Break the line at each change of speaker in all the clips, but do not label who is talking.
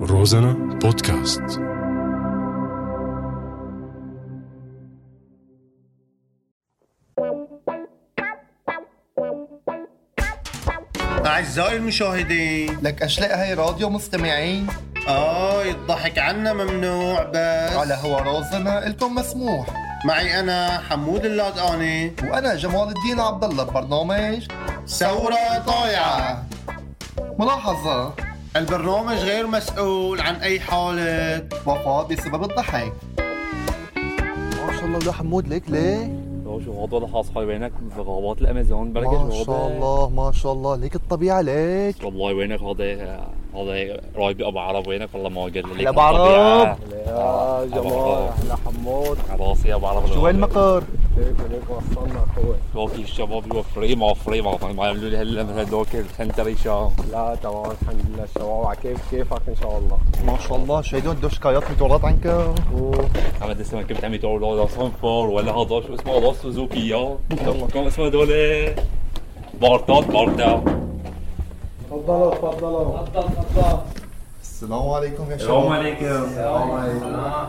روزانا بودكاست
أعزائي المشاهدين
لك أشلاء هاي راديو مستمعين
آه الضحك عنا ممنوع بس
على هو رازنا إلكم مسموح
معي أنا حمود اللادقاني
وأنا جمال الدين عبد الله ببرنامج
ثورة طايعة
ملاحظة
البرنامج غير مسؤول عن أي حالة
وفاة بسبب الضحك ما شاء الله لا حمود ليك ليه
هو شو الموضوع اللي حاصل بينك في غابات الامازون بركة
ما شاء الله ما شاء الله ليك الطبيعة ليك
والله وينك هذا هذا رايب ابو عرب وينك والله ما قال لك
هلا أبو عرب.
يا جماعه احنا حمود راسي ابو عرب
شو وين المقر
باقي الشباب يوفرين موفرين موفرين ما يعملوا لي هالامر هذوك الخنتري شام
لا تمام الحمد لله الشباب كيف كيفك ان شاء الله
ما شاء الله شايدون دو شكايات متورات عنكم
انا لسه ما كنت عم يتعود هذا صنفور ولا هذا شو اسمه هذا سوزوكي يا كم اسمه هذول بارتات بارتا
تفضلوا تفضلوا
السلام عليكم يا
السلام
شباب
عليكم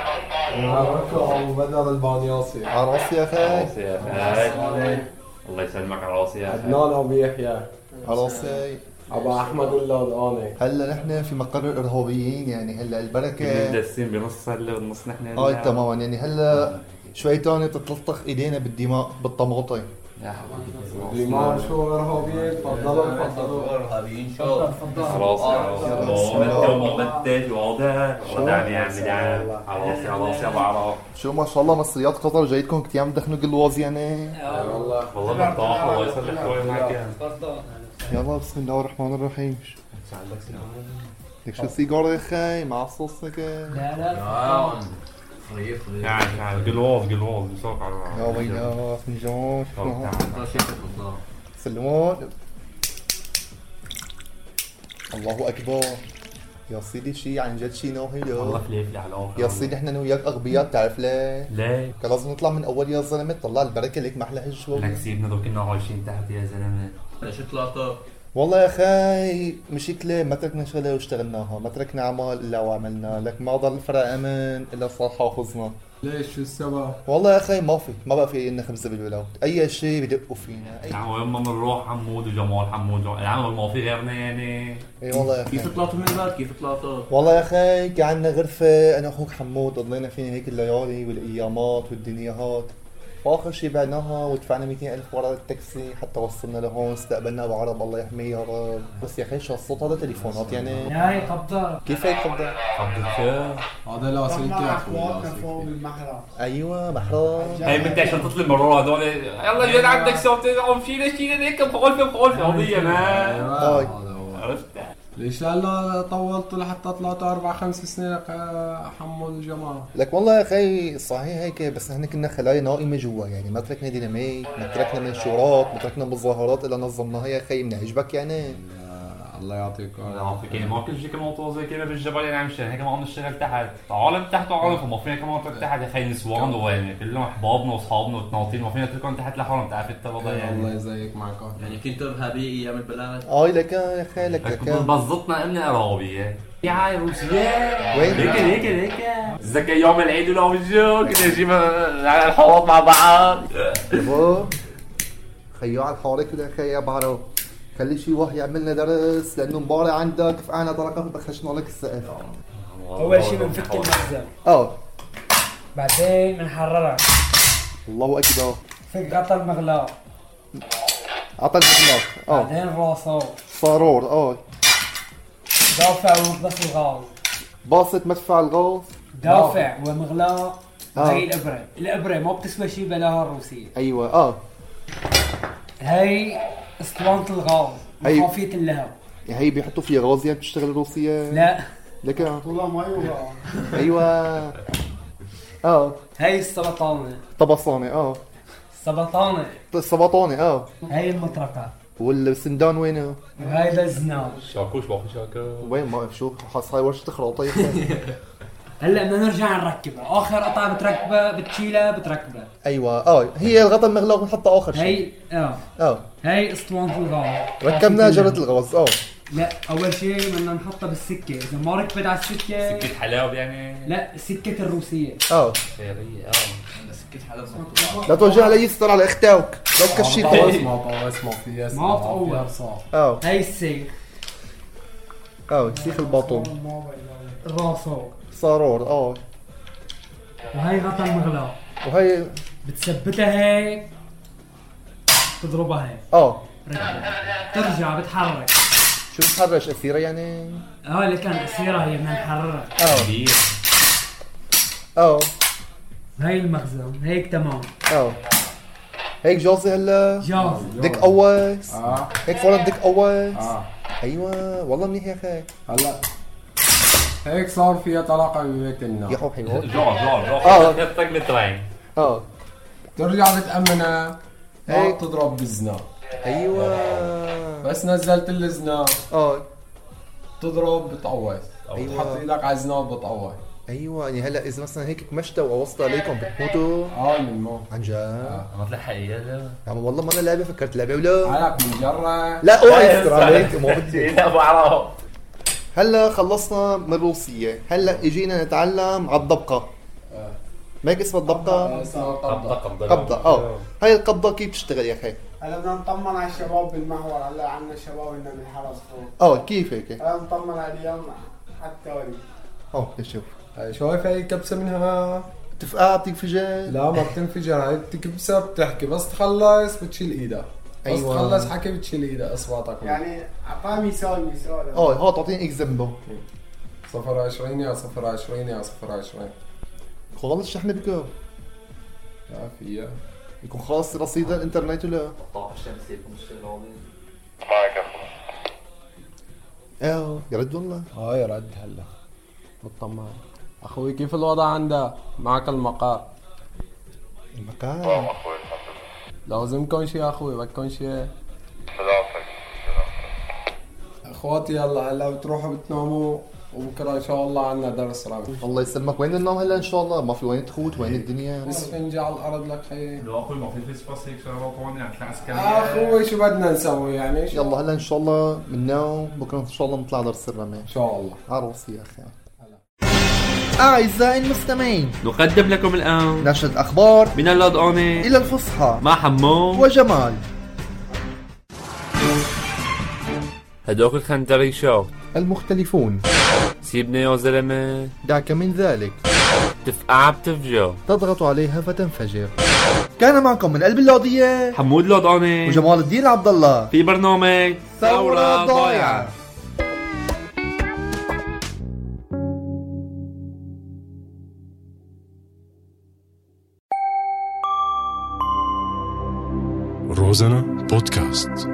معكم ابو بدر البانياسي
على راسي يا خي
راسي يا فهد الله يسلمك على راسي يا فهد
عدنان ابو يحيى
على راسي
ابو احمد اللادقاني
هلا نحن في مقر الارهابيين يعني هلا البركه
مدسين بنص هلا بنص نحن
اه تماما يعني هلا شوي تاني تتلطخ ايدينا بالدماء بالطماطم
يا حبيبي
ما شو ارهابيين تفضلوا تفضلوا
خلاص خلاص ومبتل واضح واضح يعني يعني خلاص خلاص يا بعرف
شو ما شاء الله مصريات قطر جايتكم كنت عم تدخنوا قلواز يعني
والله
والله مرتاح الله يصلح خوي معك
يلا بسم الله الرحمن الرحيم لك شو سيجارة يا خي مع الصوص كده
يعني يعني قلوز قلوز بسوق على
يا ويلي فنجان شو سلمون الله اكبر يا سيدي شي عن جد شي ناهي
والله
يا.
فليفلي على الاخر
يا سيدي احنا انا وياك اغبياء بتعرف ليه؟
ليه؟
كان لازم نطلع من اول يا زلمه تطلع البركه لك ما احلى هالشغل
لك سيبنا دول كنا عايشين تحت يا زلمه
والله يا خاي مشكلة ما تركنا شغلة واشتغلناها ما تركنا عمل إلا وعملنا لك ما ضل فرع أمن إلا صالحة وخزنا
ليش شو السبب؟
والله يا اخي ما في ما بقى في لنا خمسه بالولاد اي شيء بدقوا فينا اي
نعم وين ما بنروح حمود وجمال حمود العمل ما في غيرنا يعني
اي والله يا اخي
طلعتوا من البلد كيف طلعتوا؟
والله يا اخي كان عندنا غرفه انا واخوك حمود ضلينا فينا هيك الليالي والايامات والدنياهات واخر شيء بعناها ودفعنا 200 الف ورا التاكسي حتى وصلنا لهون استقبلنا ابو عرب الله يحميه يا رب بس يا اخي شو الصوت هذا تليفونات يعني
يا هي قبضة
كيف هيك خبر
عبد الشيخ
هذا لاسلكي يا اخوي
فوق
لاسلكي.
المحراب
ايوه محرام
هي بنت عشان تطلب مرور هذول يلا جينا عندك صوتين عم شينا شينا هيك بخولفه بخولفه قضيه ما
أيوة،
هاي.
هذا هو.
عرفت
ليش لا طولتوا لحتى طلعتوا اربع خمس سنين ك- حموا الجماعه
لك والله يا اخي صحيح هيك بس نحن كنا خلايا نائمه جوا يعني ما تركنا ديناميت ما تركنا منشورات ما تركنا مظاهرات الا نظمناها يا اخي من عجبك يعني
آه، الله يعطيكم
يعني ما كل شيء كمان طازه كده بالجبل يعني عم شغل كمان نشتغل تحت عالم تحت وعالم فما فينا كمان نترك تحت يا خي نسوان وين كلهم احبابنا واصحابنا وتناطين ما فينا نتركهم تحت لحالهم تعرف انت الوضع
الله
يعني
يزيك معكم
يعني كنتوا ارهابية ايام البلد؟
اي آه، لك يا اخي لك
لك
لك
بزطنا امن ارهابيه يا عاي روسيا
وين؟
هيك هيك هيك زكى يوم العيد ولا وجو كنا نجيب الحوض مع بعض
يبا خيو على الحوارك يا اخي يا بعرف خلي شي واحد يعمل لنا درس لانه مباري عندك فانا طرقه بخشنا لك السقف
اول شيء بنفك المخزن
اه
بعدين بنحررها
الله اكبر
فك غطا المغلاق
عطى الجناح اه
بعدين راسه
صارور اه
دافع ومقبس الغاز
باصة مدفع الغاز
دافع ومغلاق
آه.
هي الابره الابره ما بتسوى شيء بلاها الروسيه
ايوه اه
هي اسطوانه الغاز
هي-
مخافيه اللهب
هي بيحطوا فيها غاز يعني بتشتغل روسيا
لا
لك والله ما ايوه اه
هي السبطانه
طبصانة اه
السبطانه
السبطانة اه
هي المطرقه
والسندان وينه؟
وهي الزناج
شاكوش باخذ شاكو
وين ما أعرف شو حاسس هاي طيب. ورشة خراطة يا أخي.
هلا بدنا نرجع نركبها اخر قطعه بتركبها بتشيلها بتركبها
ايوه اه هي الغطا المغلاق بنحطها اخر شيء
هي اه
اه
هي اسطوانه الغاز
ركبنا جرة الغاز اه
لا اول شيء بدنا نحطها بالسكه اذا ما ركبت على السكه
سكه حلاوه يعني
لا سكه الروسيه
اه
خيريه اه
سكة حلال
لا توجه علي يستر على اختك لا تكشي
طوى
الدنيا.
اسمع طوى اسمع في اسمع
ما بتقوى.
في أرصاف.
اه
هاي السيخ
اه سيخ الباطون
راسه
صارور اه
وهي غطا المغلاق
وهي
بتثبتها هيك تضربها هيك
اه
ترجع بتحرك
شو بتحرش اسيره يعني
اه اللي كان اسيره هي بدنا نحررها
اه
كبير
اه
هاي المخزن هيك تمام
اه هيك جوزي هلا
جاهز
ديك قوس
اه
هيك فورا ديك قوس
اه
ايوه والله منيح يا اخي
هلا هيك صار فيها طلاقة ببيت
يا
النار
حب حلو
جوع جوع جوع
آه.
خطك متراين
اه
ترجع بتأمنها
هيك.
هيك تضرب بالزنا
ايوه
بس نزلت الزنا
اه
تضرب بتقوس
أيوة.
تحط ايدك على الزنا بتقوس
ايوه يعني هلا اذا مثلا هيك كمشتوا ووصلت عليكم بتموتوا
اه من مو
عن جد
ما تلحق اياه
يعني والله ما انا لعبه فكرت لعبه ولا
عليك من جرة
لا اوعي يستر عليك ما بدي
لا بعرف
هلا خلصنا من الروسية هلا اجينا نتعلم على الضبقة ما هيك اسمها الضبقة
اسمها
قبضه
قبضة
قبضه
قبضة اه هاي القبضة كيف بتشتغل يا اخي
هلا بدنا نطمن على الشباب بالمحور هلا عنا شباب هن بالحرس فوق
اه كيف هيك
هلا نطمن عليهم على التالي
اه شوف
هاي شايف هاي الكبسة منها
بتفقع بتنفجر
لا ما بتنفجر هاي بتكبسها بتحكي بس تخلص بتشيل ايدك بس
أيوة.
تخلص حكي بتشيل ايدك اصبعتك يعني
يعني اعطاه مثال مثال
اه هو تعطيني اكزامبل
صفر عشرين يا صفر عشرين يا صفر عشرين
خلص الشحن بكم
لا فيها
يكون خلص رصيد الانترنت ولا
الطاقه الشمسيه مش العظيم
اه يرد والله
هاي رد هلا مطمن اخوي كيف الوضع عندك معك المقار
المكان
لازم كون شي اخوي بدكم شي اخواتي يلا هلا بتروحوا بتناموا وبكره ان شاء الله عنا درس رابع
الله يسلمك وين النوم هلا ان شاء الله ما في وين تخوت وين الدنيا
اسفنجة على الارض لك خيي
لو اخوي ما في فيس باس هيك شغله طبعا يعني تلاقي عسكريه
اخوي شو بدنا نسوي يعني شو-
يلا هلا ان شاء الله من النوم بكره ان شاء الله نطلع درس الرماش
ان شاء الله
عروس يا اخي أعزائي المستمعين
نقدم لكم الآن
نشرة أخبار
من اللدقانة
إلى الفصحى
مع حمو
وجمال
هدوك الخندري شو
المختلفون
سيبني يا زلمة
دعك من ذلك
تفقع بتفجع
تضغط عليها فتنفجر كان معكم من قلب اللوضية
حمود لدقانة
وجمال الدين عبد الله
في برنامج
Розана подкаст.